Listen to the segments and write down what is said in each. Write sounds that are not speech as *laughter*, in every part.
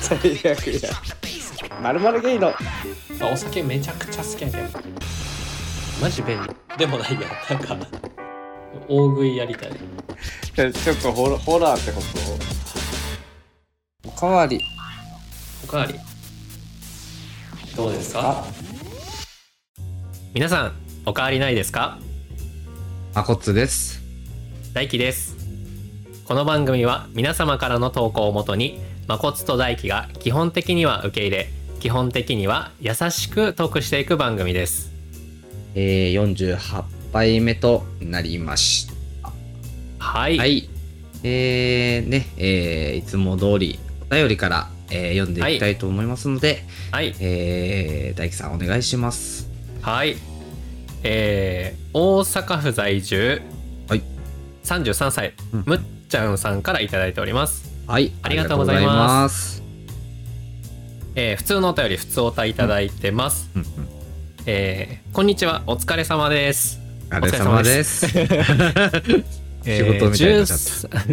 最悪やまるまるゲイのあお酒めちゃくちゃ好きやけどマジ便利でもないやなんか大食いやりたいえちょっとホラホラーってことおかわりおかわりどうですかあ皆さんおかわりないですかあこっつです大輝ですこの番組は皆様からの投稿をもとにまこつと大輝が基本的には受け入れ基本的には優しくトークしていく番組ですえー、48杯目となりましはい、たはいえー、ねえー、いつも通りお便りから、えー読んでいきたいと思いますので、はいえー、大樹さんお願いしますはい。えー、大阪府在住。はい。三十三歳、うんむっちゃんさんからいただいております。はいありがとうございますえー、普通のお便り、普通お便りいただいてます。うんうんえー、こんにちは、お疲れ様です。お疲れ様です。仕事みたいになっちゃった。13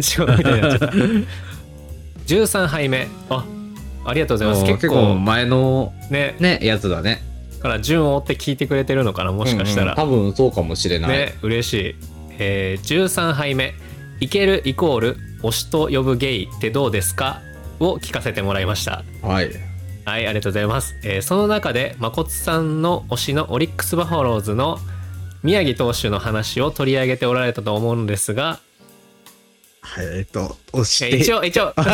*laughs* 仕事みたいになっちゃった。十三杯目。あ、ありがとうございます。もう結結構構前のね、ねやつだねから順を追って聞いてくれてるのかな、もしかしたら。うんうん多分そうかもしれない、ね、嬉しい。えー、13杯目、いけるイコール推しと呼ぶゲイってどうですかを聞かせてもらいました。はいはい、ありがとうございます。えーその中で、まこつさんの推しのオリックス・バファローズの宮城投手の話を取り上げておられたと思うんですが、はいえっと押しえー一応、一応、そう、え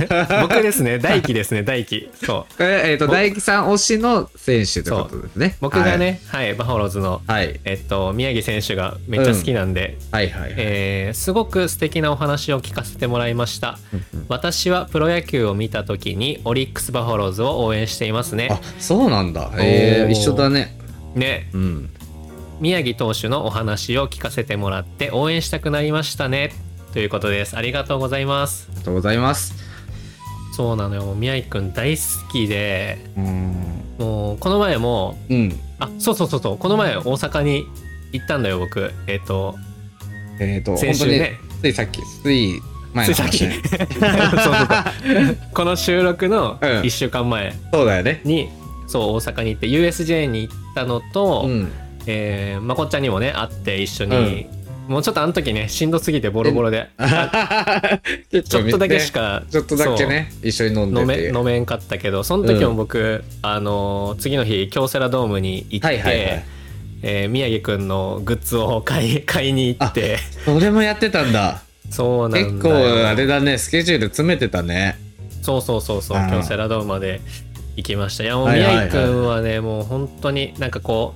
っと *laughs* ね、僕ですね、大輝ですね、大輝。そう。これ、えー、と僕大樹さん推しの選手ということですね僕が、ね、はい、バファローズの、はい、えっと、宮城選手がめっちゃ好きなんで、はいはいはい、えーすごく素敵なお話を聞かせてもらいましたうんうん私はプロ野球を見た時にオリックス・バファローズを応援していますねあそうなんだえおーー、一緒だねねうん宮城投手のお話を聞かせてもらって応援したくなりましたねということですありがとうございますありがとうございますそうなのよ宮城くん大好きでうんもうこの前もうんあそうそうそうそうこの前大阪に行ったんだよ僕えっ、とえっ、と先本当週にねついさっきつい前の話、ね、*laughs* *laughs* そうそうそうこの収録のうん1週間前、そうだよねにそう大阪に行って USJ に行ったのと、 *laughs* うんえーまこっちゃんにもね会って一緒に、もうちょっとあの時ねしんどすぎてボロボロでちょっとだけしか、ちょっとだけね一緒に飲んそうで飲てめ飲めんかったけどその時も僕、あのー次の日京セラドームに行って、はいはいはいえー宮城くんのグッズを買い買いに行ってそれもやってたんだそうなんだよ結構あれだねスケジュール詰めてたねそうそうそうそうあー京セラドームまで行きましたいやもうはいはいは宮い城くんはねもう本当になんかこ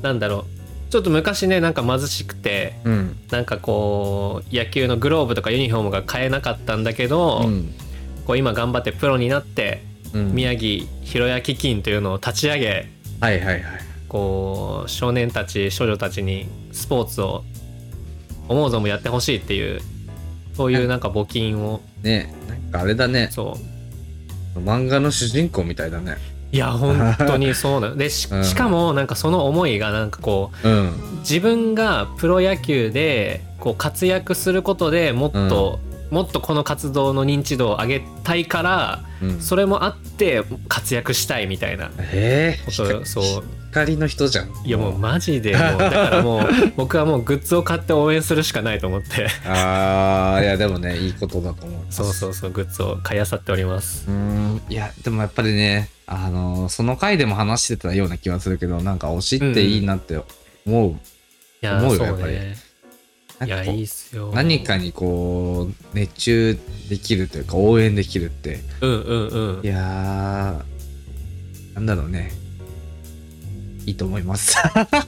うなんだろうちょっと昔ねなんか貧しくてうん、なんかこう野球のグローブとかユニフォームが買えなかったんだけど、うんこう今頑張ってプロになってうん、宮城ひろや基金というのを立ち上げはいはいはいこう少年たち少女たちにスポーツを思う存分やってほしいっていうそういうなんか募金をねなんかあれだねそう漫画の主人公みたいだねいや本当にそうなのでしうんしかもなんかその思いがなんかこうんう自分がプロ野球でこう活躍することでもっと、もっとこの活動の認知度を上げたいからうんそれもあって活躍したいみたいなええことそう光の人じゃんいやもうマジでもうだから *laughs* もう僕はもうグッズを買って応援するしかないと思ってああいやでもねいいことだと思いますそうそうそうグッズを買い漁っておりますうーんいやでもやっぱりねあのーその回でも話してたような気はするけどなんか推しっていいなって思う、いや思うよそうやっぱりねなんいかこやういいっすよ何かにこう熱中できるというか応援できるってうんうんうんいやーなんだろうねいいと思います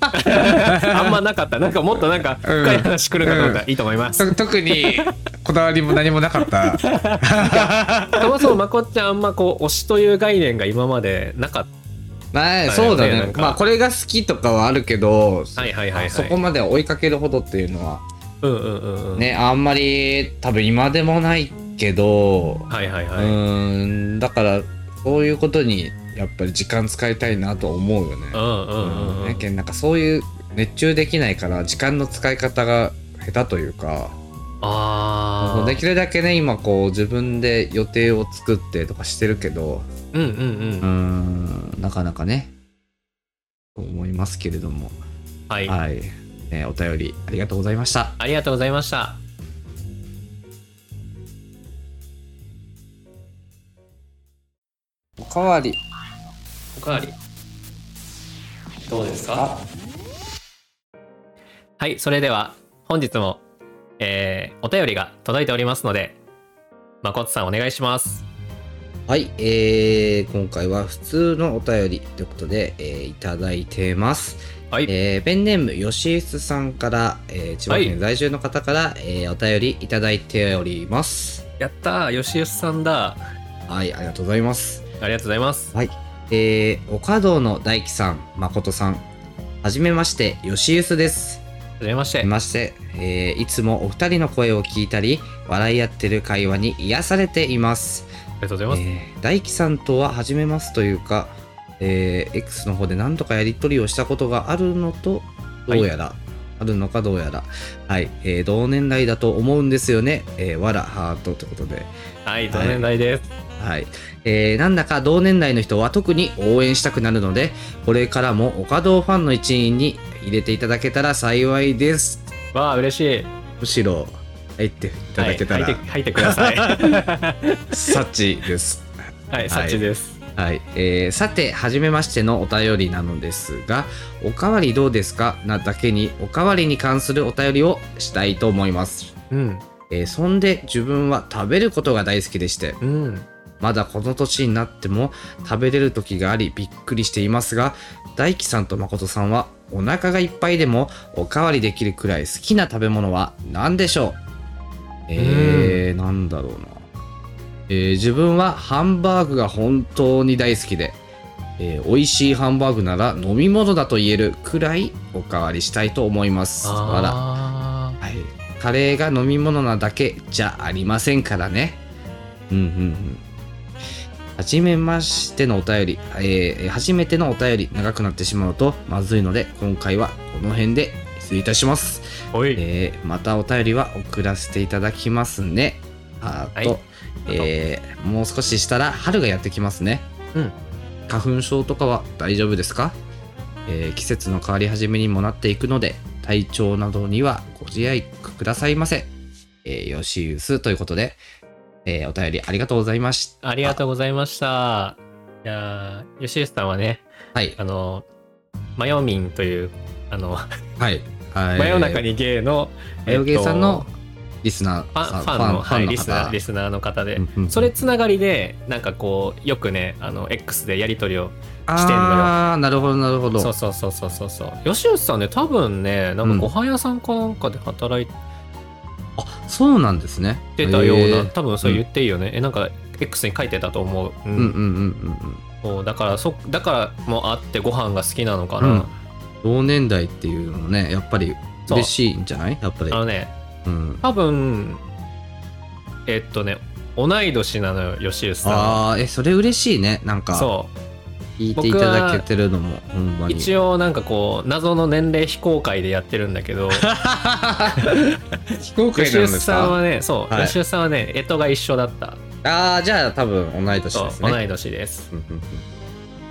あんまなかった。なんかもっとなんかうん深い話来るかと思ったらいいと思います。と特にこだわりも何もなかったそもそもまこっちゃんあんまこう推しという概念が今までなかっ *laughs* まよあねそうだなねん。かまあこれが好きとかはあるけど、た。はいはいはいはい。そこまで追いかけるほどっていうのはうんうんうんうん。。ね、あんまり多分今でもないけど、はいはいうはい。うんーんだからそういうことにやっぱり時間使いたいなと思うよね。うんうんうやん。けんなんかそういう熱中できないから時間の使い方が下手というかああできるだけね今こう自分で予定を作ってとかしてるけどうんうんうん、うーんなかなかねと思いますけれどもはい、はい、ね、お便りありがとうございましたありがとうございましたおかわりおかわりどうですかあはいそれでは本日も、えーお便りが届いておりますのでまこつさんお願いしますはい、えー今回は普通のお便りということで、えーいただいてますはい、えーペンネーム吉井さんから、えー千葉は県い在住の方から、えーお便りいただいておりますやったー吉吉さんだはいありがとうございますありがとうございますえー、岡堂の大樹さん誠さんはじめまして吉井ですはじめましはてじめまして、えーいつもお二人の声を聞いたり笑い合ってる会話に癒されていますありがとうございます、えー大樹さんとは初めますというか、えー X の方で何とかやり取りをしたことがあるのとどうやら、あるのかどうやらはい、えー同年代だと思うんですよね、えーわらハートということではい同年代です、はい、えーなんだか同年代の人は特に応援したくなるのでこれからも岡堂ファンの一員に入れていただけたら幸いですわあ嬉しいむしろ入っていただけたら、はい、入って入ってく *laughs* ださいはサチですいそっちです、はい、えーさて、はじめましてのお便りなのですが、おかわりどうですかなだけに、おかわりに関するお便りをしたいと思います。うんえーそんで、自分は食べることが大好きでして、うんまだこの年になっても食べれる時がありびっくりしていますが、大輝さんと誠さんは、お腹がいっぱいでもおかわりできるくらい好きな食べ物は何でしょうえー、なんだろうな。えー自分はハンバーグが本当に大好きで、えー美味しいハンバーグなら飲み物だと言えるくらいおかわりしたいと思います。わら。あはい、カレーが飲み物なだけじゃありませんからねうんうんうんはじめましてのお便り、えー、初めてのお便り長くなってしまうとまずいので今回はこの辺で失礼いたします、ーおい、えーまたお便りは送らせていただきますねあと、はいえーもう少ししたら春がやってきますねうん花粉症とかは大丈夫ですか、えー季節の変わり始めにもなっていくので体調などにはご自愛くださいませ、えー、よしゆすということで、えーお便りありがとうございましたありがとうございました。いやー、吉吉さんはね、はいあの、マヨミンという、あの、はい、はい、真夜中にゲイの、マヨゲーさんのえっリスナーとファンファンの、はい、リスナー、リススナーの方で、うんうんそれつながりで、なんかこう、よくね、あの、X でやり取りを、視点のよああなるほどなるほどそうそうそうそうそうそう。吉吉さんね、多分ね、なんかご飯屋さんかなんかで働いあそうなんですねてたような、へー多分それ言っていいよね。え、なんか X に書いてたと思う。うんうんうんうんそうだから、そ、だからもあってご飯が好きなのかうんうな。ん同年代っていうのもねやっぱり嬉しいんじゃないやっぱりあのね、うん多分えっとね同い年なのよ吉吉さあーえそれ嬉しいねなんんかそ聞いていただけてるのもほんまうに一応なんかこう謎の年齢非公開でやってるんだけど *laughs* 非公吉吉さんはねそう、はい吉吉さんはね干支が一緒だったああじゃあ多分同い年そうです同ねい年ですうんうんうん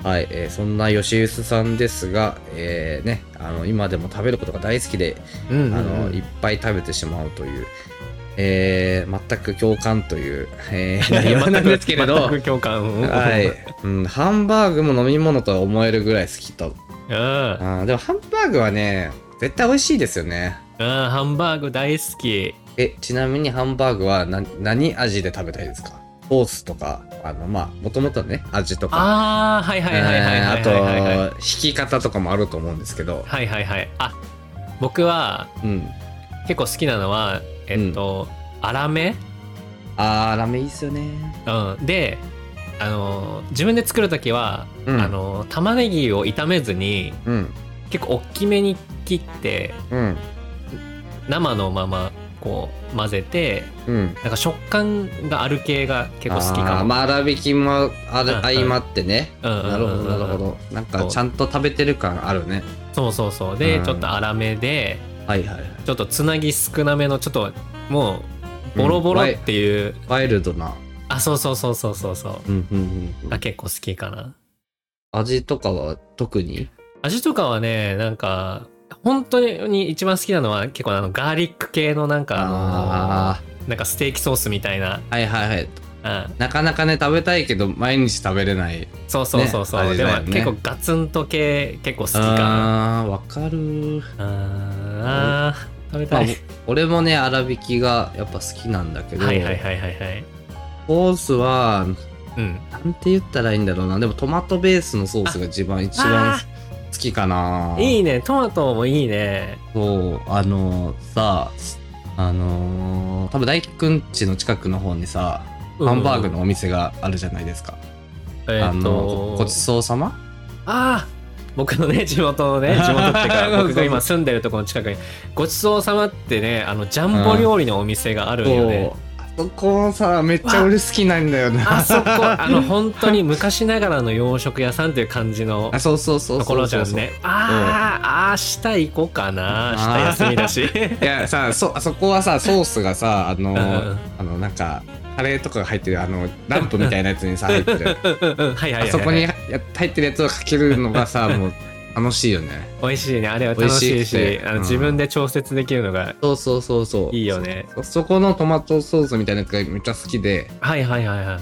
はい、えーそんな吉臼さんですが、えーね、あの今でも食べることが大好きで、うんあのいいっぱい食べてしまうという、えー全く共感という、えー *laughs* 内容なんですけれど、全く共感 *laughs* はい、うん、ハンバーグも飲み物とは思えるぐらい好きと。うん、うんあーでもハンバーグはね、絶対美味しいですよね。ハンバーグ大好きえ、ちなみにハンバーグはな何味で食べたいですかソースとか、あの、まあ、もともとね、味とか。ああはいはいはいはいえはいはいはいはいーあと、引き方とかもあると思うんですけど。はいはいはいあ僕はうん。結構好きなのはえっと、粗めあー、ラーメンいいっすよね。うん、であのー自分で作る時は、うんあのー玉ねぎを炒めずにうん。結構大きめに切ってうん。生のままこう混ぜてうん。なんか食感がある系が結構好きあかーも、まあ、粗挽きもあるうんうん相まってね。うんうんうんなるほど、なるほど。なんか、ちゃんと食べてる感あるね。そうそうそうで、うんちょっと粗めではいはいはい。ちょっとつなぎ少なめのちょっともうボロボロっていう、ワイルドな。あそうそうそうそうそうそううんうんうんうがん。結構好きかな味とかは特に味とかはねなんか本当に一番好きなのは結構あのガーリック系のなんかああのなんかステーキソースみたいな、あー。はいはいはい。うん、なかなかね、食べたいけど、毎日食べれない。そうそうそうそう、ねあれでだよもね結構ガツンと系結構好きかなああー、わかる。あー食べまたあい、、俺もね、粗挽きがやっぱ好きなんだけど、はいはいはいはいはいソースは、うんなんて言ったらいいんだろうな。でもトマトベースのソースが一番、一番あ好きかな。いいねトマトもいいねそう、あのさ、あのー多分大輝くんちの近くの方にさ、ハンバーグのお店があるじゃないですか。うんえあー、のとごちそうさまああ僕のね地元 *laughs* のね地元っていうか僕が今住んでるところの近くにごちそうさまってねあのジャンボ料理のお店があるんよね、あそこさ、めっちゃ俺好きなんだよな。あそこあの本当に昔ながらの洋食屋さんっていう感じのあそうそうそうそうそう。ところじゃんねあーあー明日行こうかな明日休みだしいやさそあそこはさソースがさあのうんーあのなんかカレーとかが入ってるあのランプみたいなやつにさ入ってるうんうんうん *laughs* はいはあいはい、はい、そこにや入ってるやつをかけるのがさもう楽しいよね美味しいねあれは楽しいし美味しいってあうのん自分で調節できるのがそうそうそうそういいよねそそこのトマトソースみたいなやつがめっちゃ好きではいはいはいはい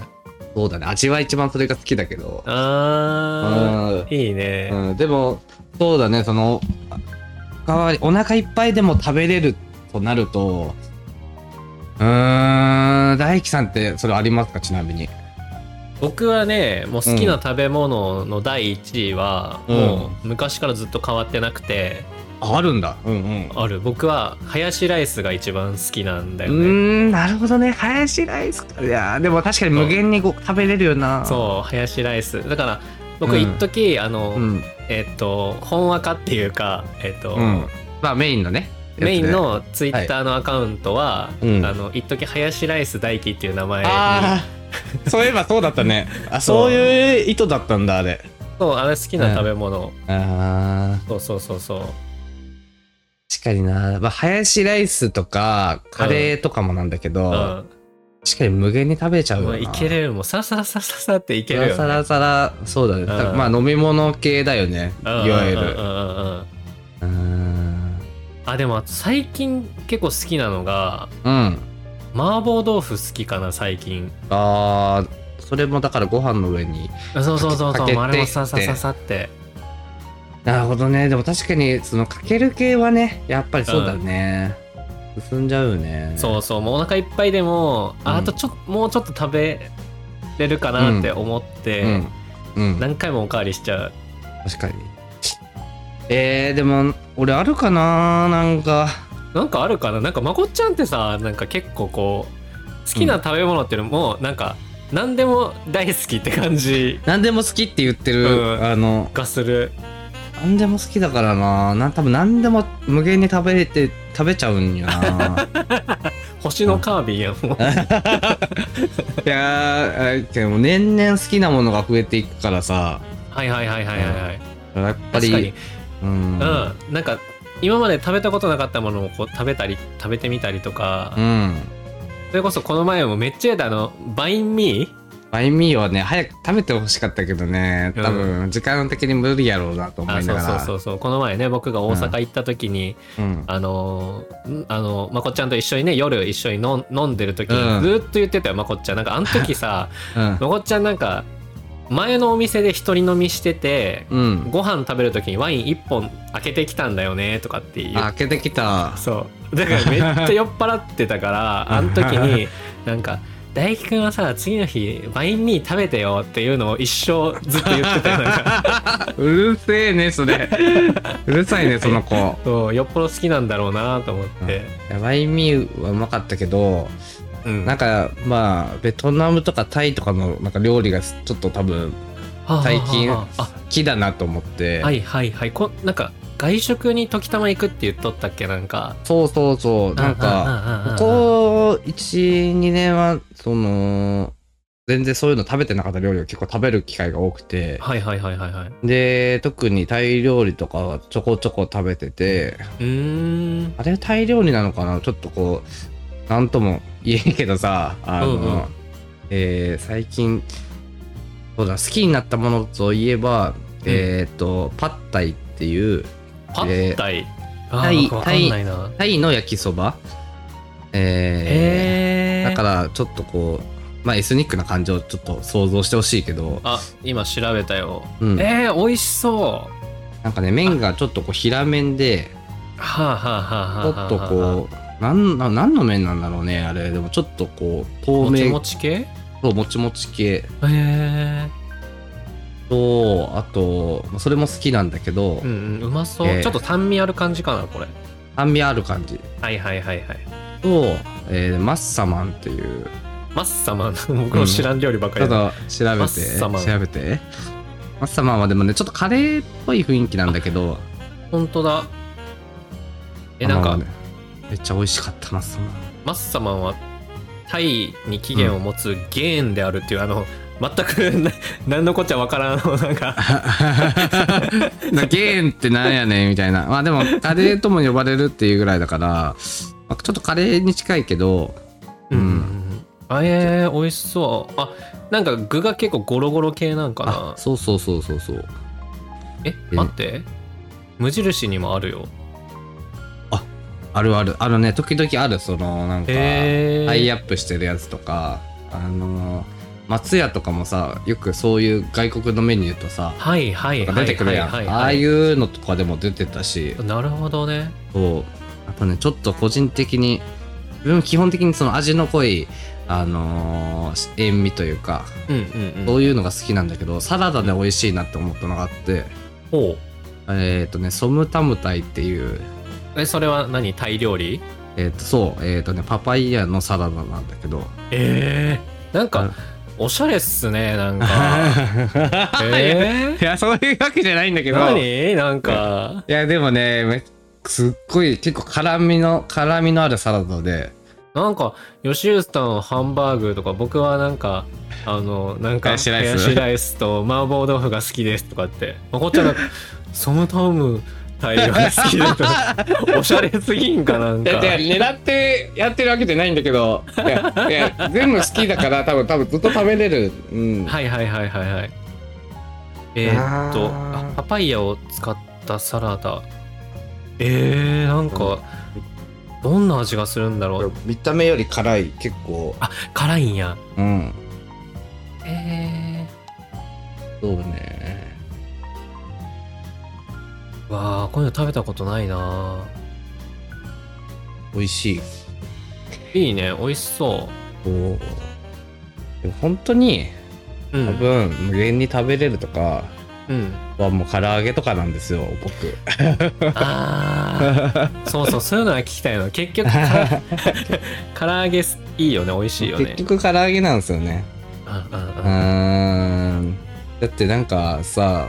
そうだね味は一番それが好きだけどあーいいね、うん、うん、でもそうだねそのおかわりお腹いっぱいでも食べれるとなるとうーん大樹さんってそれありますかちなみに僕はねもう好きな食べ物の第1位は、うんもう昔からずっと変わってなくてああるんだ。うんうん。ある僕はハヤシライスが一番好きなんだうよね、ん、なるほどね。ハヤシライスか。いやー、でも確かに無限にご食べれるよな。そうハヤシライスだから僕うん一時、あの、うん。えっと本赤っていうかえっと、うん。まあメインのね。メインやのツイッターのアカウントは、うんあの一時ハヤシライス大輝っていう名前つね。にあ *laughs* あ、そういえばそうだったね。あ、そそうういう意図だったんだ、あれ。そうあれ好きな食べ物、ああ、そうそうそうそう確かにな。まあ、ハヤシライスとか、カレーとかもなんだけど、うん確かに無限に食べちゃうもような。いけれるもうサラサラサラサラっていけるよ、ね、さらさら、そうだね。うんまあ飲み物系だよね。いうんわゆうる。んうんうんうんうん。あでも最近結構好きなのがうん。麻婆豆腐好きかな最近ああそれもだからご飯の上にそうそうそうそうかけてあれもささささってなるほどねでも確かにそのかける系はねやっぱりそうだね、進んじゃうよねそうそうもうお腹いっぱいでも、うあんあとちょっともうちょっと食べれるかなって思って、うん、うん、何回もおかわりしちゃう確かにえー、でも俺あるかななんかなんかあるかななんかまこっちゃんってさなんか結構こう好きな食べ物っていうのもなんか何でも大好きって感じ何でも好きって言ってる、うんあのがする何でも好きだからななん多分何でも無限に食べれて食べちゃうんよ *laughs* な星のカービィやんもういやーでも年々好きなものが増えていくからさはいはいはいはいはいはいやっぱ確りかにうんうん、なんか今まで食べたことなかったものをこう食べたり食べてみたりとか、うんそれこそこの前もめっちゃやだあのバインミーバインミーはね早く食べてほしかったけどねうん多分時間的に無理やろうなと思あいなそうがそうらそうそうこの前ね僕が大阪行った時に、うんあのーんあのまこっちゃんと一緒にね夜一緒に飲ん飲んでる時にうんずーっと言ってたよまこっちゃんなんかあの *laughs* 時さうんまこっちゃんなんか前のお店で一人飲みしててうんご飯食べる時にワイン1本開けてきたんだよねとかって言っあ開けてきたそうだからめっちゃ酔っ払ってたから *laughs* あの時になんか「大輝くんはさ次の日ワインミー食べてよ」っていうのを一生ずっと言ってたよなん *laughs* かうるせえねそ *laughs* れうるさいねその子いそうよっぽど好きなんだろうなと思って、やバインミーはうまかったけどうんなんかまあベトナムとかタイとかのなんか料理がちょっと多分最近ああ好きだなと思って、はいはいはいこなんか外食に時たま行くって言っとったっけなんかそうそうそうなんかかここ12年はその全然そういうの食べてなかった料理を結構食べる機会が多くてはいはいはいはいはいうで特にタイ料理とかはちょこちょこ食べててーんあれタイ料理なのかなちょっとこうなんとも言えんけどさあの、うんうんえー最近そうだ好きになったものといえば、えっ、とパッタイっていうパッタイ、あタイーなんかわかんないなタイの焼きそばえーへえだからちょっとこうまあエスニックな感じをちょっと想像してほしいけど、あ今調べたよ、うん、えー、美味しそうなんかね麺がちょっとこう平麺ではあはあちはあょはっあはあとこうなんな何の麺なんだろうねあれでもちょっとこう透もち明もち系へそうもちもち系えとあとまあそれも好きなんだけど、うんうんうまそう、えーちょっと酸味ある感じかなこれ酸味ある感じはいはいはいはいと、えーマッサマンっていうマッサマン僕の知らん料理ばっかちょりっだ、と調マべてッサマン調べてマッサマンはでもねちょっとカレーっぽい雰囲気なんだけど本当だえなんあかのねめっちゃ美味しかったマッサマン *laughs* マッサマンはタイに起源を持つゲーンであるっていう、あの全く *laughs* な何のこっちゃわからんあのなんかなゲーンってなんやねんみたいなまあでもカレーとも呼ばれるっていうぐらいだから、まあちょっとカレーに近いけどうんあえー、美味しそうあなんか具が結構ゴロゴロ系なんかあなそうそうそうそうそうええ待って無印にもあるよあるあるあのね時々あるそのなんかタへえイアップしてるやつとかあの松屋とかもさよくそういう外国のメニューとさはいはいはい出てくるやんはいあはあいいはうのとかでも出てたしいなるほどねそうやっぱねちょっと個人的に自分基本的にその味の濃いあのー塩味というかうんうんうそんういうのが好きなんだけどサラダで美味しいなって思ったのがあっておうえっ、とねソムタムタイっていうえそれは何タイ料理えっ、とそうえっ、とねパパイヤのサラダなんだけどええなんかおしゃれっすねな *laughs* んかえ *laughs* いやそういうわけじゃないんだけー、どい何なんかやでもねめすっごい結構辛みの辛みのあるサラダでなんか吉ウさんはハンバーグとか僕はなんかあのなんかハヤシライスハヤライスと麻婆豆腐が好きですとかってまこっちゃ *laughs* んなんかソムタム大量が好きだとか *laughs* おしゃれすぎんかなんか狙ってやってるわけじゃないんだけどいやい *laughs* や全部好きだから多分多分ずっと食べれる、うん、はいはいはいはいはいえーっとあーあパパイヤを使ったサラダえー、なんかどんな味がするんだろう見た目より辛い結構あ辛いんやうんえそうねー、わあこういうの食べたことないな美味しいいいね美味しそこうでも本当にううん多分無限に食べれるとかうん、はもう唐揚げとかなんですよ僕あ *laughs* あそうそうそういうのは聞きたいの結局 *laughs* から唐揚げすいいよね美味しいよね結局唐揚げなんですよねうんうんううんーんだってなんかさ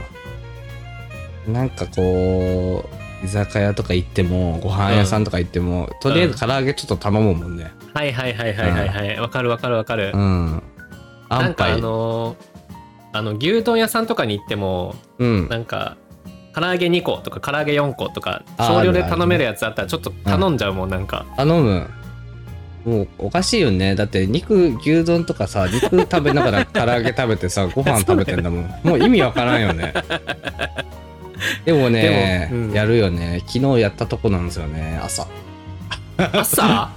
なんかこう居酒屋とか行ってもご飯屋さんとか行っても、とりあえず唐揚げちょっと頼むもんねはいはいはいはいはいはいわかるわかるわかるうんあなんんかぱあいのーあの牛丼屋さんとかに行ってもうんなんか唐揚げ2個とか唐揚げ4個とかあー少量であるある頼めるやつあったらちょっと頼んじゃうもんなんか頼むもうおかしいよねだって肉牛丼とかさ肉食べながら *laughs* 唐揚げ食べてさご飯食べてんだもんもう意味わからんよ *laughs* ねでもねでもうんやるよね昨日やったとこなんですよね朝 *laughs* 朝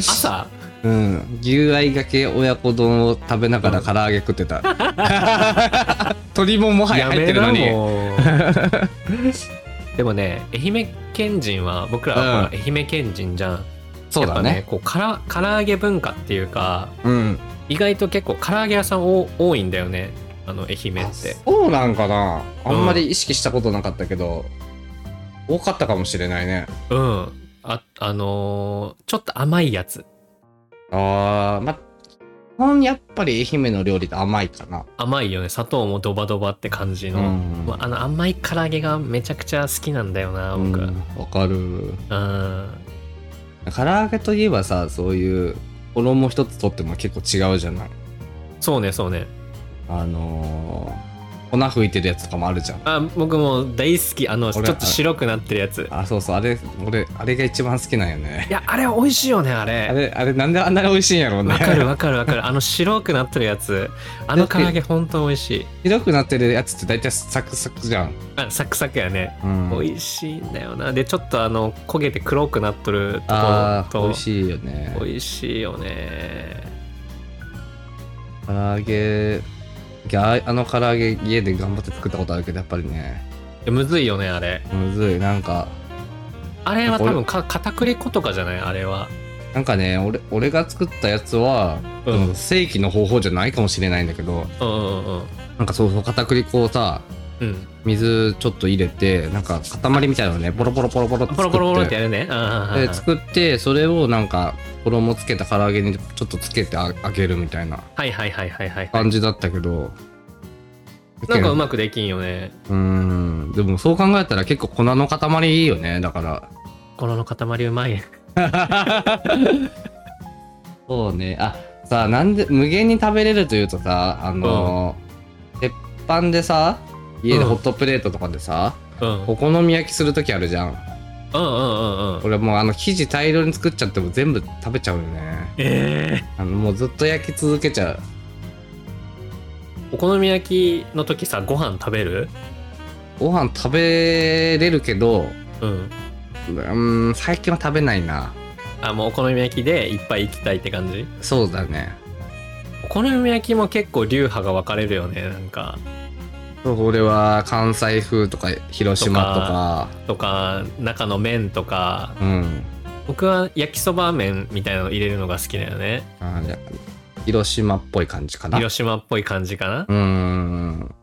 朝うん牛合いがけ親子丼を食べながら唐揚げ食ってた *laughs* 鶏ももはや入ってるのにやめなもう *laughs* でもね愛媛県人は僕らはほら愛媛県人じゃん、そうだやっねぱこうから唐揚げ文化っていうかうん意外と結構唐揚げ屋さんお多いんだよねあの愛媛あってそうなんかなあんまり意識したことなかったけど、多かったかもしれないねうんああのーちょっと甘いやつあー、ま、基本やっぱり愛媛の料理って甘いかな。甘いよね砂糖もドバドバって感じうの、ん。まあ、あの甘い唐揚げがめちゃくちゃ好きなんだよなうん僕わかうん、る。唐揚げといえばさ、そういう衣一つとっても結構違うじゃない。そうねそうねあのー粉吹いてるやつとかもあるじゃんあ僕も大好きあのちょ俺っと白くなってるやつあそうそうあれ俺あれが一番好きなんよねいやあれ美味しいよねああれれあれなんであんなに美味しいんやろうねわかるわかるわかるあの白くなってるやつあの唐揚げ本当美味しい白くなってるやつって大体サクサクじゃん、あサクサクやねうん、美味しいんだよなでちょっとあの焦げて黒くなっとるとこあーろと美味しいよね美味しいよね唐揚げいやあの唐揚げ家で頑張って作ったことあるけどやっぱりねいやむずいよねあれむずいなんかあれは多俺分か片栗粉とかじゃないあれはなんかね俺俺が作ったやつは、うんその正規の方法じゃないかもしれないんだけどうんうんうんなんかそうそう片栗粉をさうん水ちょっと入れてなんか塊みたいなのねボロボロボロボロってポ作ロってポロポロってやるねあで作ってそれをなんか衣つけた唐揚げにちょっとつけてあ揚げるみたいなはいはいはいはいはい感じだったけどなんかうまくできんよねうーんでもそう考えたら結構粉の塊いいよねだから心の塊うまいそうねあさあなんで無限に食べれるというとさあのー、鉄板でさ家でホットプレートとかでさ、うんお好み焼きする時あるじゃんうんうんうんうん。俺もうあの生地大量に作っちゃっても全部食べちゃうよねええあのもうずっと焼き続けちゃうお好み焼きの時さ、ご飯食べるご飯食べれるけどうん。うーん最近は食べないなあ、もうお好み焼きでいっぱい行きたいって感じそうだねお好み焼きも結構流派が分かれるよね、なんか。そう俺は関西風とか広島とかとか、中の麺とか。うん僕は焼きそば麺みたいなの入れるのが好きだよね。あーや広島っぽい感じかなう広島っぽい感じかな。ーん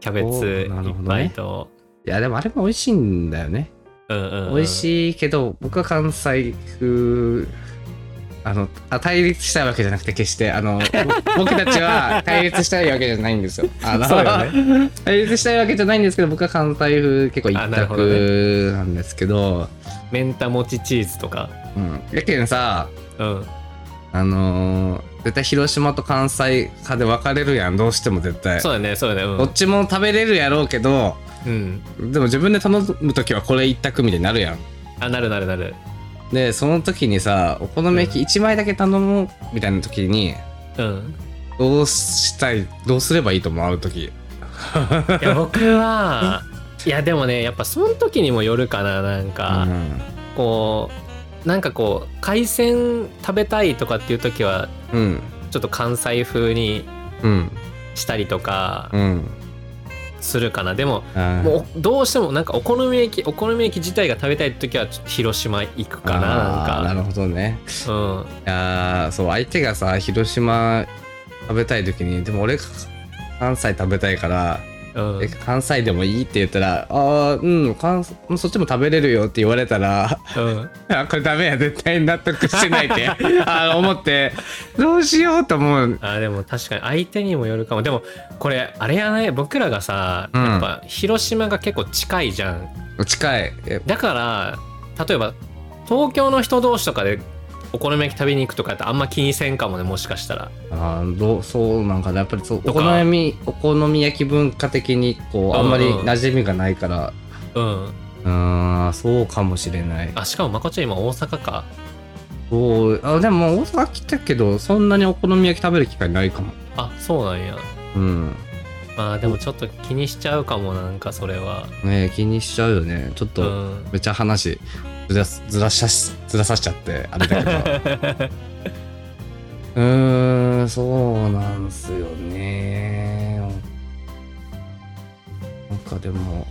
キャベツおなるいほっどぱねいと。いやでもあれも美味しいんだよね、うんうんうん、美味い。しいけど僕は関西風あのあ対立したいわけじゃなくて決してあのぼ僕たちは対立したいわけじゃないんですよあのそうよ対立したいわけじゃないんですけど僕は関西風結構一あなるほどね択なんですけど明太もちチーズとか。うんやけんさうん。あのー絶対広島と関西派で分かれるやんどうしても絶対そうだね、そうだね。どっちも食べれるやろうけどうん。うん、でも自分で頼む時はこれ一択みたいになるやんあ、なるなるなる。でその時にさお好み焼き1枚だけ頼もうみたいな時にうん。どうしたいどうすればいいと思うあの時いや僕はいやでもねやっぱその時にもよるかななんか、うんこうなんかこう海鮮食べたいとかっていう時はうんちょっと関西風にうんしたりとかうんするかな、でもあーもうどうしてもなんかお好み焼きお好み焼き自体が食べたい時はちょっと広島行くかなあーななんるかほどねうんいやーそう相手がさ広島食べたい時にでも俺関西食べたいからうんえ関西でもいいって言ったら「ああうん関そっちも食べれるよ」って言われたら *laughs* 「うんあこれダメや絶対納得してない」って *laughs* あー思ってどうしようと思う。あーでも確かに相手にもよるかもでもこれあれやね僕らがさ、うんやっぱ広島が結構近いじゃん近いえだから例えば東京の人同士とかでお好み焼き食べに行くとかってあんま気にせんかもねもしかしたらあーどうそうなんかなやっぱりそうとおか好みお好み焼き文化的にこうあんまり馴染みがないからうんうーんそうかもしれないあしかもまこちゃん今大阪かそうあでも大阪来たけどそんなにお好み焼き食べる機会ないかもあそうなんやうんまあでもちょっと気にしちゃうかもなんかそれはねえ気にしちゃうよねちょっうと、んめっちゃ話ずらすずらしゃしずらさしちゃってあれだ *laughs* けどうーんそうなんすよねなんかでも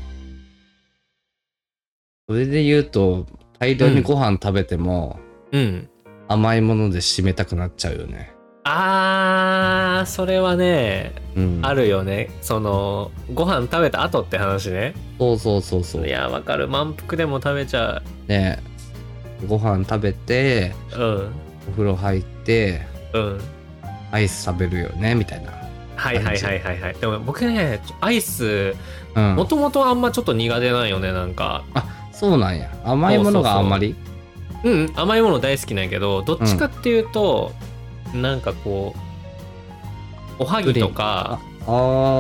それで言うと大量にご飯食べても、うん甘いもので締めたくなっちゃうよねあーそれはねうんあるよねそのご飯食べた後って話ねそうそうそうそういやわかる満腹でも食べちゃねご飯食べてううんお風呂入ってうんアイス食べるよねみたいなはいはいはいはいはいでも僕ねアイスうんもともとあんまちょっと苦手なんよねなんかそうなんや甘いものがあんまりうん甘いもの大好きなんやけどどっちかっていうと、なんかこうおはぎとかああ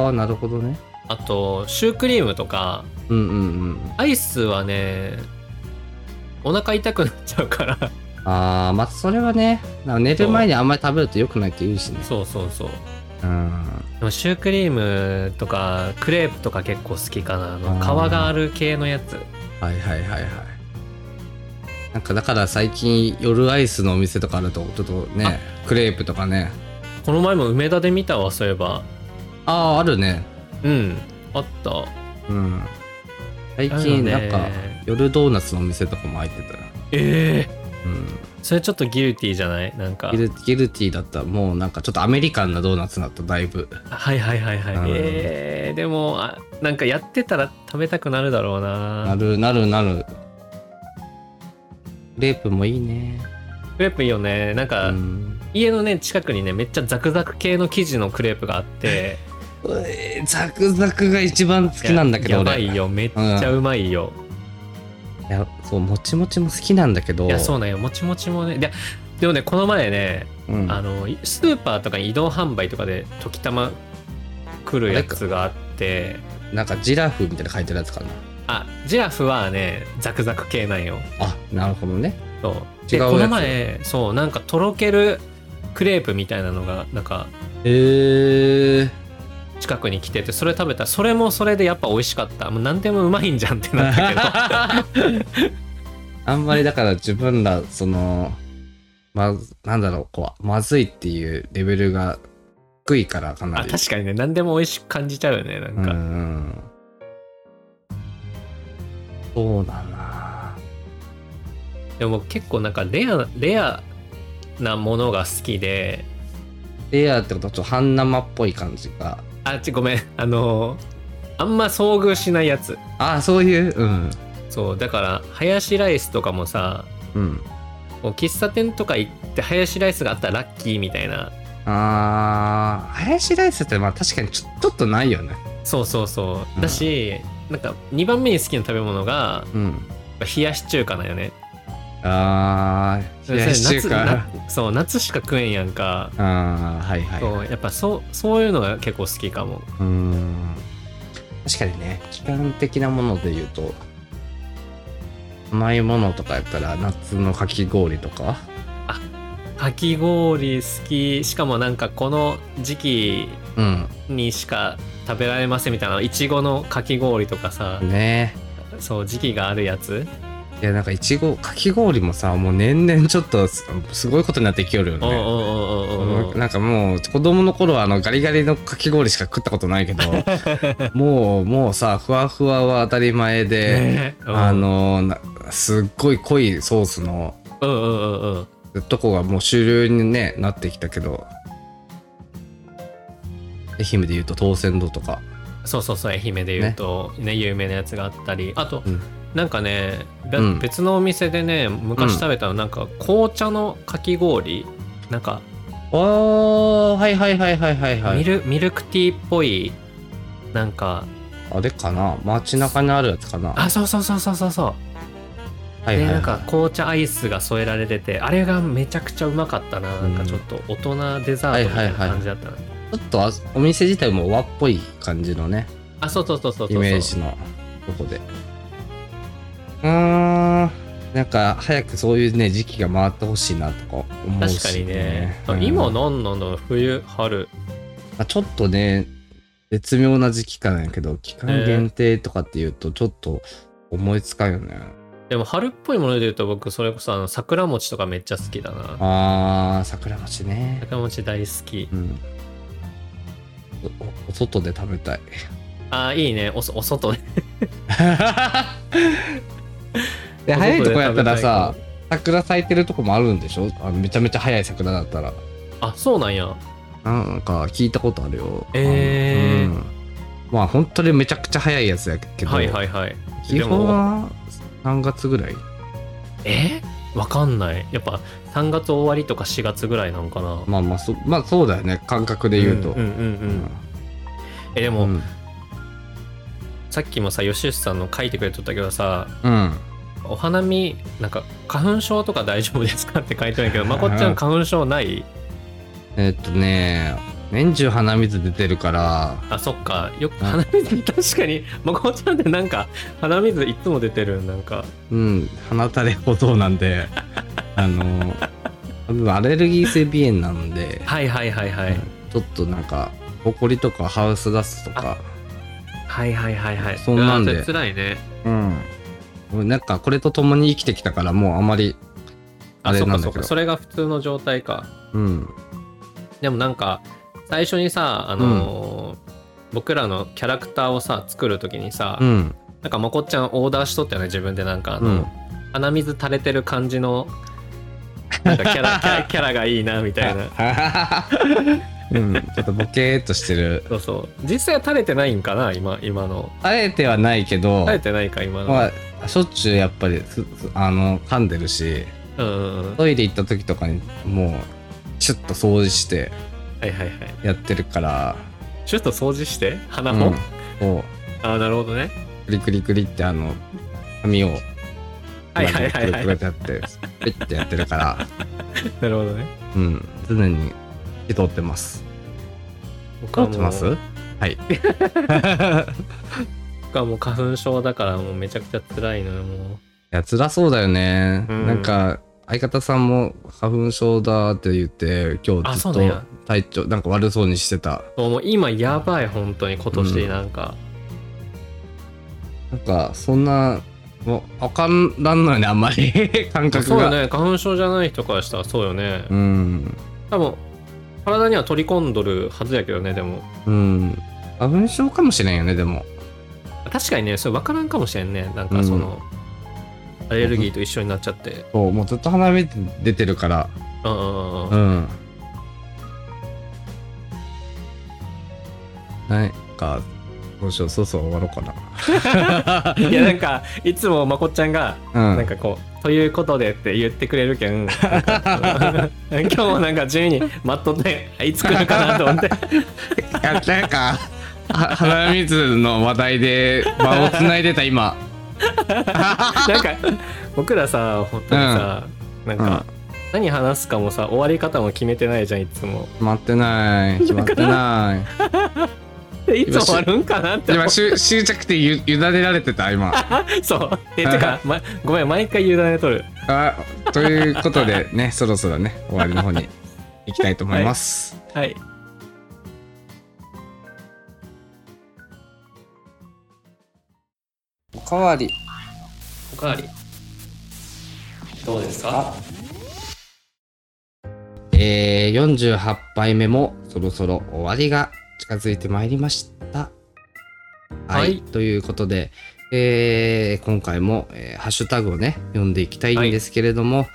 ーなるほどねあとシュークリームとかうんうんうん。アイスはねお腹痛くなっちゃうからああ、まあそれはね、なんか寝る前にあんまり食べると良くないって言うしね。そうそうそううん。でもシュークリームとかクレープとか結構好きかなあのあー皮がある系のやつはいはいはいはい。なんかだから最近夜アイスのお店とかあるとちょっとねクレープとかねこの前も梅田で見たわそういえばあああるねうんあったうん最あるよ近ねなんか夜ドーナツのお店とかも入ってたなええうんそれちょっとギルティーじゃないなんかギルギルティーだったらもうなんかちょっとアメリカンなドーナツだっただいぶはいはいはいはい、うんえーでもあなんかやってたら食べたくなるだろうななるなるなるクレープもいいねクレープいいよねなんうか、ん家のね近くにねめっちゃザクザク系の生地のクレープがあってうえザクザクが一 *laughs* 番好きなんだけどや俺やばいよめっちゃうまいよ、いやそうもちもちも好きなんだけどいやそうなんよもちもちもねででもねこの前ね、うんあのスーパーとかに移動販売とかで時たま来るやつがあってなんかジラフみたいな書いてるやつかなあジラフはねザクザク系なんよあなるほどねそう違でうやつこの前そうなんかとろけるクレープみたいなのがなんかへえ近くに来ててそれ食べたらそれもそれでやっぱ美味しかったもう何でもうまいんじゃんってなったけ *laughs* どあんまりだから自分らそのまなんだろうこうまずいっていうレベルが低いからかなあり確かにね何でも美味しく感じちゃうよねなんうんうか、んそうだなでも僕結構なんかレアレアなものが好きでレアってことはちょっと半生っぽい感じがあちごめんあのあんま遭遇しないやつあそういううんそうだからハヤシライスとかもさうんこう喫茶店とか行ってハヤシライスがあったらラッキーみたいなあーハヤシライスってまあ確かにちょちょっとないよねそうそうそううんだし、なんか2番目に好きな食べ物がうん冷やし中華なんよねあー冷やし中それ華夏なそう夏しか食えんやんか、あーはいはいそうやっぱそうそういうのが結構好きかもうーん確かにね期間的なもので言うと甘いものとかやったら夏のかき氷とかかき氷好きしかもなんかこの時期うんにしか食べられませんみたいないちごのかき氷とかさ、ねそう時期があるやついやなんかいちごかき氷もさもう年々ちょっとすすごいことになってきよるよおうねおうおうおうおうなんかもう子供の頃はあのガリガリのかき氷しか食ったことないけ *laughs* どもうもうさふわふわは当たり前で、ね *laughs* うんあのなすっごい濃いソースのうんうんうんうんとこがもう主流に、ね、なってきたけど愛媛で言うと当選堂とかそうそうそう愛媛でいうとね有名なやつがあったりあと、うんなんかね、べうん別のお店でね昔食べたのなんか紅茶のかき氷なんかあはいはいはいはいはいはミいル,、ミルクティーっぽいなんかあれかな街中にあるやつかなあそうそうそうそうそうそう、はいはいではないんか紅茶アイスが添えられててあれがめちゃくちゃうまかったな、うんなんかちょっと大人デザートみたいな感じだったな、ちょっとあお店自体も和っぽい感じのねあそうそうそうそうそうイメージのとこでうーんなんか早くそういうね時期が回ってほしいなとか思うし、確かにね、うん今なんなの冬春まあ、ちょっとね、絶妙な時期かなんやけど、期間限定とかっていうと、ちょっと思いつかんよね。でも春っぽいもので言うと僕それこそあの桜餅とかめっちゃ好きだなあー、桜餅ね。桜餅大好きうん。おおお外で食べ *laughs* たい。あーいいね *laughs* おそお外ででお外で早いとこやったらさ食べ、桜咲いてるとこもあるんでしょあのめちゃめちゃ早い桜だったら。あそうなんやなんか聞いたことあるよ。えーあのうんまあ本当にめちゃくちゃ早いやつやけど、はいはいはい基本は3月ぐらいえわかんないやっぱ3月終わりとか4月ぐらいなんかなまあまあそ,、まあ、そうだよね感覚で言うと。んうんうんうんえでうも、んさっきもさ吉吉さんの書いてくれとったけどさうんお花見なんか花粉症 *laughs* とか大丈夫ですかって書いてないけどまこっちゃうんん花粉症ないえっとね年中鼻水出てるからあそっかよくうん鼻水 *laughs* 確かにまこちゃんってなんか鼻水いつも出てるなんかうん鼻垂れほどなんで *laughs* あの僕アレルギー性鼻炎なんで、はいはいはいはい、ちょっとなんかほこりとかハウスダストとかはいはいはいはいそんなんでうわそれ辛いねうん俺なんかこれと共に生きてきたからもうあまりああれそっなかんだそっけかどそれが普通の状態かうんでもなんか最初にさあのー僕らのキャラクターをさ作る時にさ、うんなんかまこっちゃんオーダーしとったよね自分でなんかあの、うん鼻水垂れてる感じのなんかキャ *laughs* ラキャラキャラがいいなみたいなうん、ちょっとボケーっとしてるそうそう実際は垂れてないんかな今今のあえてはないけど垂れてないか今の、まあ、しょっちゅうやっぱりすすあの噛んでるしうんうんうんはトイレ行った時とかにもうシュッと掃除していはいはいやってるから、ちょっと掃除して鼻うも、ん、こああなるほどねうクリクリクリってあの髪をはいはいはいはいクリクリクリってやってペッてやってるから、なるほどねうん、常に火通ってます僕通はってますもうはい僕はもう花粉症だからもうめちゃくちゃ辛いのよもういや辛そうだよね、うんなんか相方さんも花粉症だって言って今あ日ずそっうなんとや体調なんか悪そうにしてたそうもう今やばい本当に今年なんか、なんかそんなもう分かんらんのよねあんまり *laughs* 感覚そうがよね花粉症じゃない人からしたらそうよね、うん多分体には取り込んどるはずやけどねでもうん花粉症かもしれんよねでも確かにねそれ分からんかもしれんねなんかその、アレルギーと一緒になっちゃってそうもうずっと鼻水出てるからうんうんうんううんんなんかどうしようそうそう終わろうかいやなんかいつもまこっちゃんがなうなんんかこう「ということで」って言ってくれるけんなん *laughs* か今日もなんか順位に待っとっていつ来るかなと思ってやなんかは鼻水の話題で場をつないでた今 *laughs* なんか僕らさ本当にさ、なんか、何話すかもさ終わり方も決めてないじゃんいつも決まってない決まってないでいつ終わるんかなって思今う終終着点ゆ委ねられてた今そうえてか、ま、ごめん毎回委ねとるあということでねそろそろね終わりの方に行きたいと思います、はいおかわりおかわりどうですかえー、48杯目もそろそろ終わりが近づいてまいりましたはい、はいということで、えー今回も、えーハッシュタグをね読んでいきたいんですけれども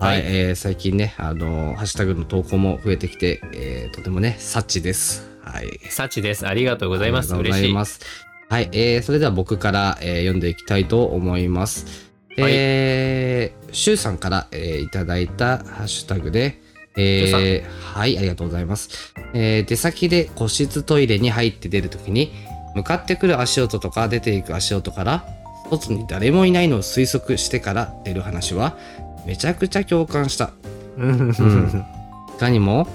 は、はいいえー最近ねあのーハッシュタグの投稿も増えてきて、えーとてもねサチですはいサチですありがとうございますありがとうご嬉ざしいいます。はい、えーそれでは僕から、えー読んでいきたいと思います。はいえー、シュウさんから、えーいただいたハッシュタグで、シュえーはい、ありがとうございます。えー出先で個室トイレに入って出るときに、向かってくる足音とか出ていく足音から、外に誰もいないのを推測してから出る話は、めちゃくちゃ共感した。うんいかにも、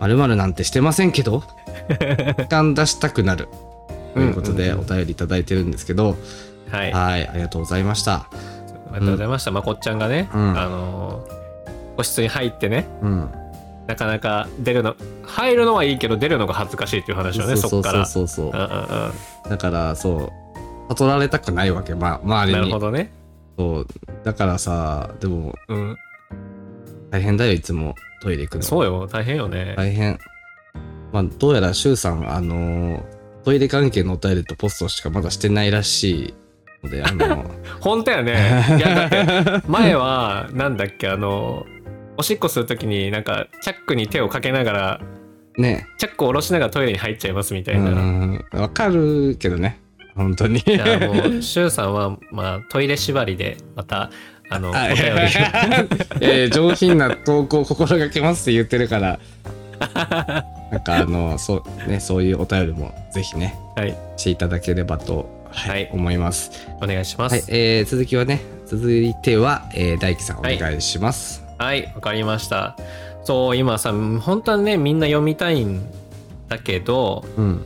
〇〇なんてしてませんけ *laughs* ど、一旦出したくなる。ということで、うんうおん便りいただいてるんですけど、はいあはい、ありがとうございました。りがとうございましたまこっちゃんがね、うんあのー個室に入ってねうん。なかなか出るの入るのはいいけど出るのが恥ずかしいっていう話をねそそうっからそうそううそんうんうんう。だから、そう、悟られたくないわけ、ま、周りなに。るほどねそう。だからさ、でも、うん大変だよ、いつもトイレ行くの。そうよ大変よね、大変。まあ、どうやら、シュウさん、あのー、トイレ関係のお便りとポストしかまだしてないらしいので、あのー、*laughs* 本当よねいやだって前はなんだっけあのおしっこするときになんかチャックに手をかけながらね。チャックを下ろしながらトイレに入っちゃいますみたういな、ん。わかるけどね。本当に。いやもう、シュウさんは、まあ、トイレ縛りで、また、あの、お便りを。えー上品な投稿を心がけますって言ってる *laughs* から、なんかあの、そう、ね、そういうお便りもぜひね、はい、していただければと、はいはい思います。お願いしまはい、す。えー続きはね、続いては、えー大輝さんおはい願いします。はい、わ、かりました。そう、今さ、本当はね、みんな読みたいんだけどうん。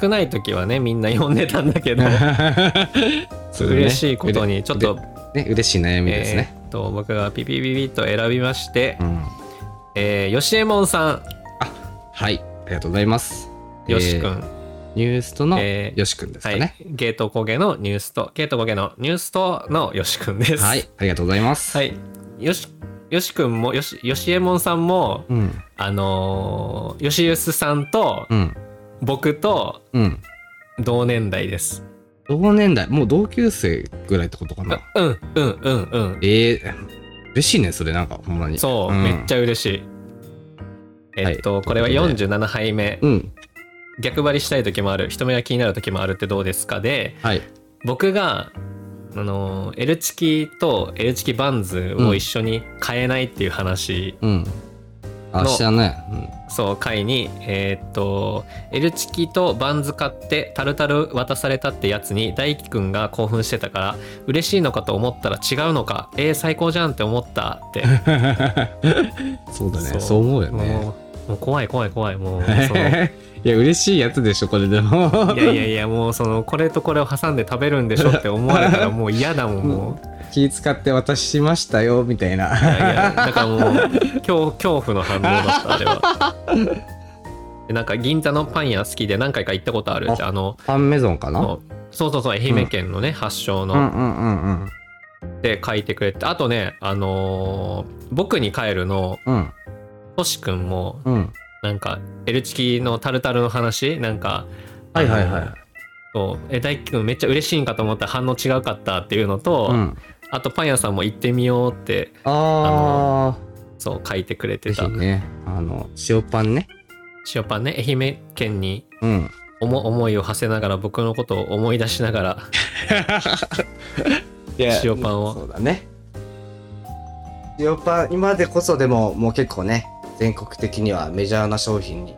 少ない時はねみんな読んでたん *laughs* だけどそれね *laughs* 嬉しいことにちょっと,、ね、嬉しい悩みですね。えーっと僕がピピピピッと選びまして、うん。えー、吉右衛門さはい、ありがとうございます。んよしくえーん、ニュースとのえーよしくんですかはい、ね。ゲート工芸のニュースとゲート工芸のニュースとのよしくんですはい、ありがとうございます。はいよしよしくんもよしよしえもんさんもうん、あのーよしゆすさんとうん、僕とうん。同年代です同年代、もう同級生ぐらいってことかな。うんうんうんうんえー、嬉しいね、それなんか、ほんまに。そう、んめっちゃ嬉しいえっと、はいこれはということ47杯目うん、逆張りしたい時もある人目が気になる時もあるってどうですかではい。僕があのー L チキと L チキバンズを一緒に買えないっていう話、うん。あ、のした *laughs* ね。そう会にえーっと L チキとバンズ買ってタルタル渡されたってやつに大輝くんが興奮してたから嬉しいのかと思ったら違うのかえー、最高じゃんって思ったって *laughs* うん。そうだね、そう思うよね。もうもう怖い怖い怖いもうその *laughs* いや、嬉しいやつでしょ、これでも。いやいやいやもうそのこれとこれを挟んで食べるんでしょって思われたらもう嫌だもんもう気使って渡しましたよ、みたいいな。やいやだからもう恐恐怖の反応だったあれは *laughs* でなんか銀座のパン屋好きで何回か行ったことあるってあのパンメゾンかなそうそうそう愛媛県のね、発祥うんのうんうんで書いてくれてあとねあのー僕に帰る」のうんとしくんもうんなんか L チキのタルタルの話なんかはいはいはいそうえ大輝くんめっちゃ嬉しいんかと思ったら反応違うかったっていうのと、うんあとパン屋さんも行ってみようってあそう書いてくれーぜてた、ひねあの塩パンね塩パンね愛媛県にうん思思いを馳せながら僕のことを思い出しながら塩パンをそうだね塩パン今でこそでももう結構ね全国的にはメジャーな商品に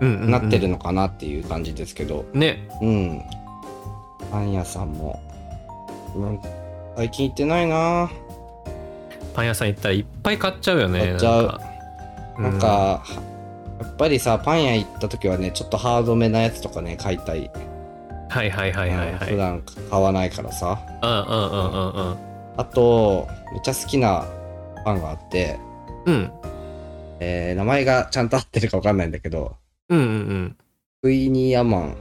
うんうんうんなってるのかなっていう感じですけどねうんパン屋さんも、うん、最近行ってないなパン屋さん行ったらいっぱい買っちゃうよね買っちゃうななんんかか、やっぱりさパン屋行った時はねちょっとハードめなやつとかね買いたいうんはいはいはいはいはい普段買わないからさうんうんうんうんうんあとめっちゃ好きなパンがあって、うんえー名前がちゃんと合ってるかわかんないんだけどうんうんうんクイニーアマン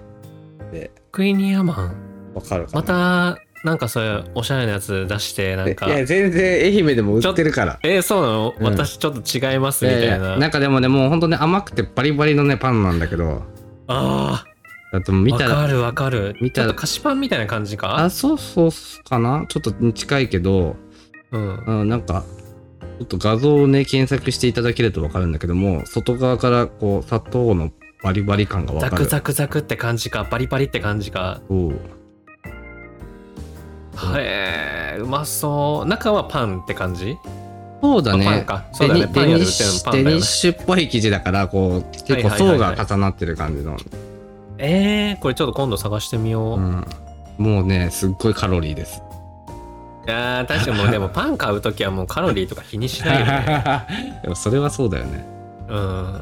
クイニーアマンわかるかなまたなんかそういうおしゃれなやつ出してなんかいや全然愛媛でも売ってるからえーそうなの、うん私ちょっと違いますいみたいなやいやなんかでもねもうほんとね甘くてバリバリのねパンなんだけどあだってもうあ見わたからるわかる見たらちょっと菓子パンみたいな感じかあそうそうかなちょっと近いけどうんうん、なんか、ちょっと画像をね、検索していただけるとわかるんだけども、外側からこう、砂糖のバリバリ感がわザかクる。ザクザクって感じかバリバリって感じかそううんへえうまそう中はパンって感じそうだね。あパンかそうだねデニパンやるデニッっていシュデうのもパンだよニねッシュっぽい生地だから、こう、結構はいはいは層いはがい重なってる感じの。えー、これちょっと今度探してみようう、ん。もうね、すっごいカロリーです。あー確かにもうでもパン買う時はもうカロリーとか気にしないよねでもそれはそうだよね。うん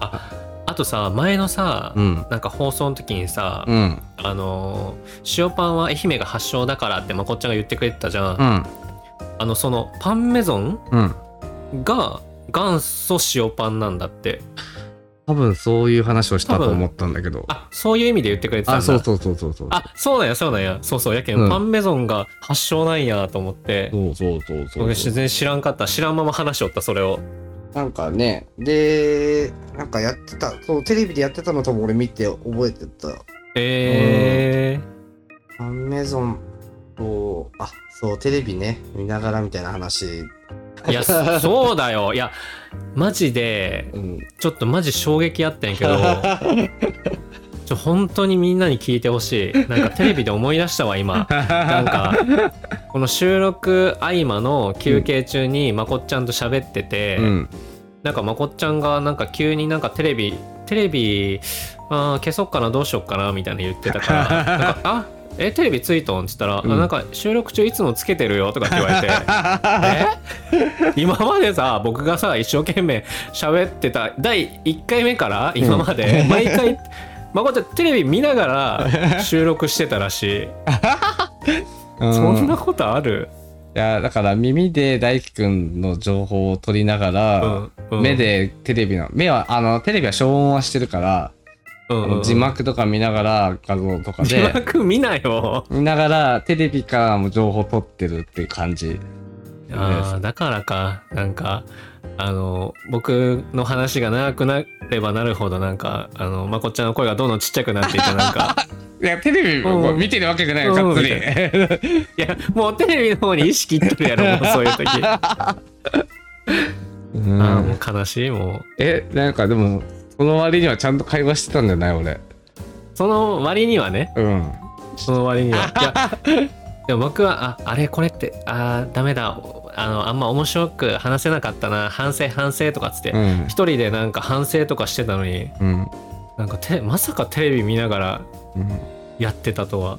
ああとさ前のさ、うん。なんか放送の時にさ、うん。あのー塩パンは愛媛が発祥だからってまこっちゃんが言ってくれてたじゃん、うん。あのそのパンメゾンうん。が元祖塩パンなんだって多分そういう話をした多と分思ったんだけど。あそういう意味で言ってくれてたんだあ、そうそうそうそうそう。あそうなんやそうなんやそうそうやけん、うんパンメゾンが発祥なんやと思ってそうそうそうそう。僕自然知らんかった知らんまま話しよったそれをなんかね、で、なんかやってた、そう、テレビでやってたの多分俺見て覚えてた。えアメゾンと、あ、そう、テレビね、見ながらみたいな話。ー、いやそうだよいやマジでうん。ちょっとマジ衝 *laughs* 撃あったんやけど *laughs* ちょ本当にみんなに聞いてほしいなんかテレビで思い出したわ今なんかこの収録合間の休憩中にまこっちゃんと喋ってて、うん。なんかまこっちゃんがなんか急になんかテ *laughs* レビテレビあー消そうかなどうしようかなみたいな言ってたからなんかあ「えテレビついとん?」っつったら、うんあ「なんか収録中いつもつけてるよ」とかって言われて *laughs* え今までさ僕がさ一生懸命喋ってた第1回目から今まで、毎回まこちゃんテレビ見なが *laughs* ら収録してたらしいそんないことある、やだから耳で大輝くんの情報を取りながうら、んうん目、でテレビの目はあのテレビは消音はしてるから、うんうんうん字幕とか見ながら画像とか字 *laughs* で幕見なよ見ながらテレビからも情報取ってるっていう感じあーだからかなんかあの僕の話が長くなればなるほどなんかあのまこっちゃんの声がどんどんちっちゃくなっていってな *laughs* んかいやテレビうん見てるわけじゃないようがんっつり見いやもうテレビの方に意識いってるやろもうそういう時あ *laughs* うんーもう悲しいもうえなんかでもその割にはちゃんと会話してたんじゃない俺その割にはねうんその割にはい *laughs* やでも僕はああれこれってあーダメだあのあんま面白く話せなかったな反省反省とかっつって、うん一人でなんか反省とかしてたのにうんなんかてまさかテレビ見ながらうんやってたとは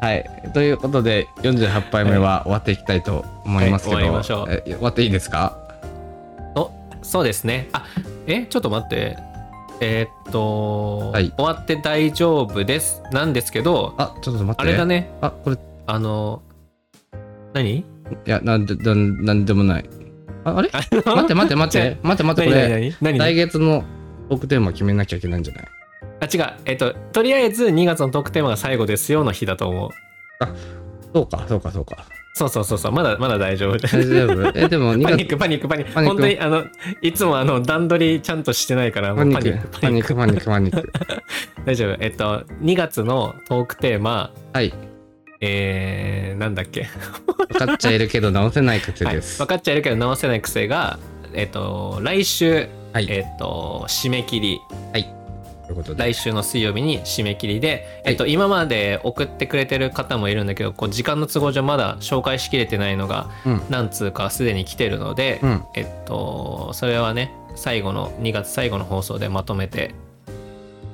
はい、ということで48杯目は終わっていきたいと思いますけど、はい終わりましょうえ終わっていいですかそうですね。あえちょっと待って。えーっと、はい終わって大丈夫です。なんですけど、あちょっと待ってあれだね。あこれいあの、何やなんでなんなんでもないあ *laughs* あれあ待のって待って待って待って待ってこ何何れ何何来月のトークテーマ決めなきゃいけないんじゃないあ、違う。えーっと、とりあえず2月のトークテーマが最後ですよの日だと思う。そうかそうかそうかそうそうそうそう。まだまだ大丈夫。大丈 *laughs* 夫えでも2パニ月ックパニックパニックパニック本当にあのいつもあの段取りちゃんとしてないからもパうニパニッッククパパニッニクックパニックパニック大丈夫えっと2月のトークテーマはいえー、なんだっけ分かっちゃいるけど直せない口です、はい、分かっちゃいるけど直せない癖が、えっと来週、はいえっと締め切りということで来週の水曜日に締め切りで、はいえっと今まで送ってくれてる方もいるんだけどこう時間の都合上まだ紹介しきれてないのがうん何通かすでに来てるので、うんえっとそれはね最後の2月最後の放送でまとめて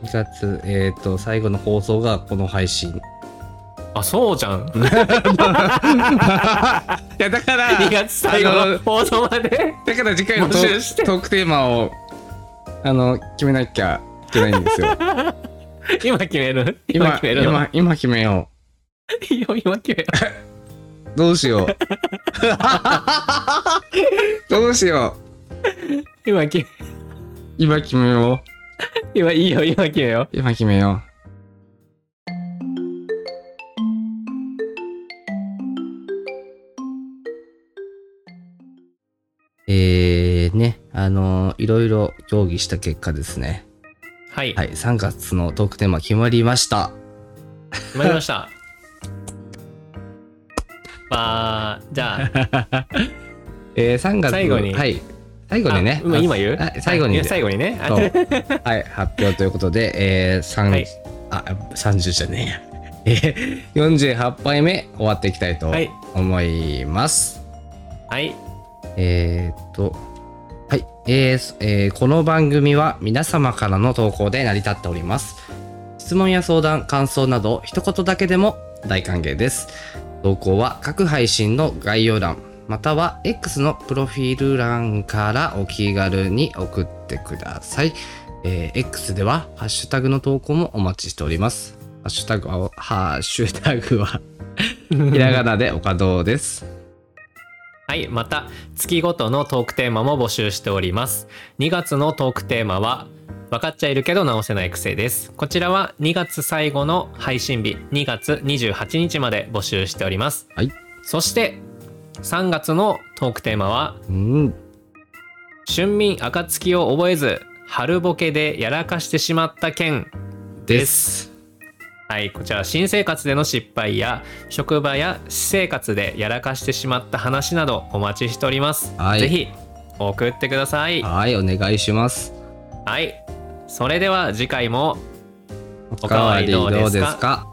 2月えっ、と最後の放送がこの配 *laughs* 信あそうじゃん *laughs* 2いやだから月最後の放送まで *laughs* だから次回のト募集しーてクトークテーマをあの決めなきゃいけないんですよ。今決める *laughs* *laughs* 今今決めるの今今決めよ今決めるう。どうしよう。どうしよ今決めう。今決めよう。今いいよ今決めよう今決めよう。えー、ね、あのいろいろ協議した結果ですね。はい、はい、3月のトークテーマ決まりました。決まりました。 *laughs* まあ、じゃあ、えー、3月最後にはい、最後にねあ今今言うあ最後にいや最後にね。そうあ *laughs* はい発表ということで、えー、3、はいあ30じゃねえや、えー、48杯目終わっていきたいとはい思います、 *laughs* はい。えー、っとはい、えーすえーこの番組は皆様からの投稿で成り立っております質問や相談感想など一言だけでも大歓迎です投稿は各配信の概要欄または X のプロフィール欄からお気軽に送ってください、えー X ではハッシュタグの投稿もお待ちしておりますハッシュタグはハッシュタグはひらがなで岡堂ですはい。また、月ごとのトークテーマも募集しております。2月のトークテーマは、分かっちゃいるけど直せない癖です。こちらは2月最後の配信日、2月28日まで募集しております。はい。そして、3月のトークテーマは、うん春眠暁を覚えず、春ボケでやらかしてしまった件ですはい、こちら新生活での失敗や職場や私生活でやらかしてしまった話などお待ちしております。はいぜひ送ってください。はいお願いしますはい、それでは次回もおかわりどうですか